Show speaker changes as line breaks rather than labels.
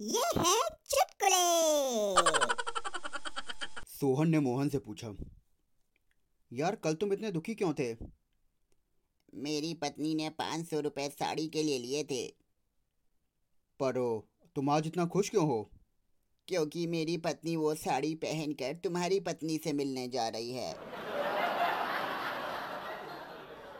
ये है चुटकुले
सोहन ने मोहन से पूछा यार कल तुम इतने दुखी क्यों थे
मेरी पत्नी ने पाँच सौ रुपये साड़ी के लिए लिए थे
पर ओ, तुम आज इतना खुश क्यों हो
क्योंकि मेरी पत्नी वो साड़ी पहनकर तुम्हारी पत्नी से मिलने जा रही है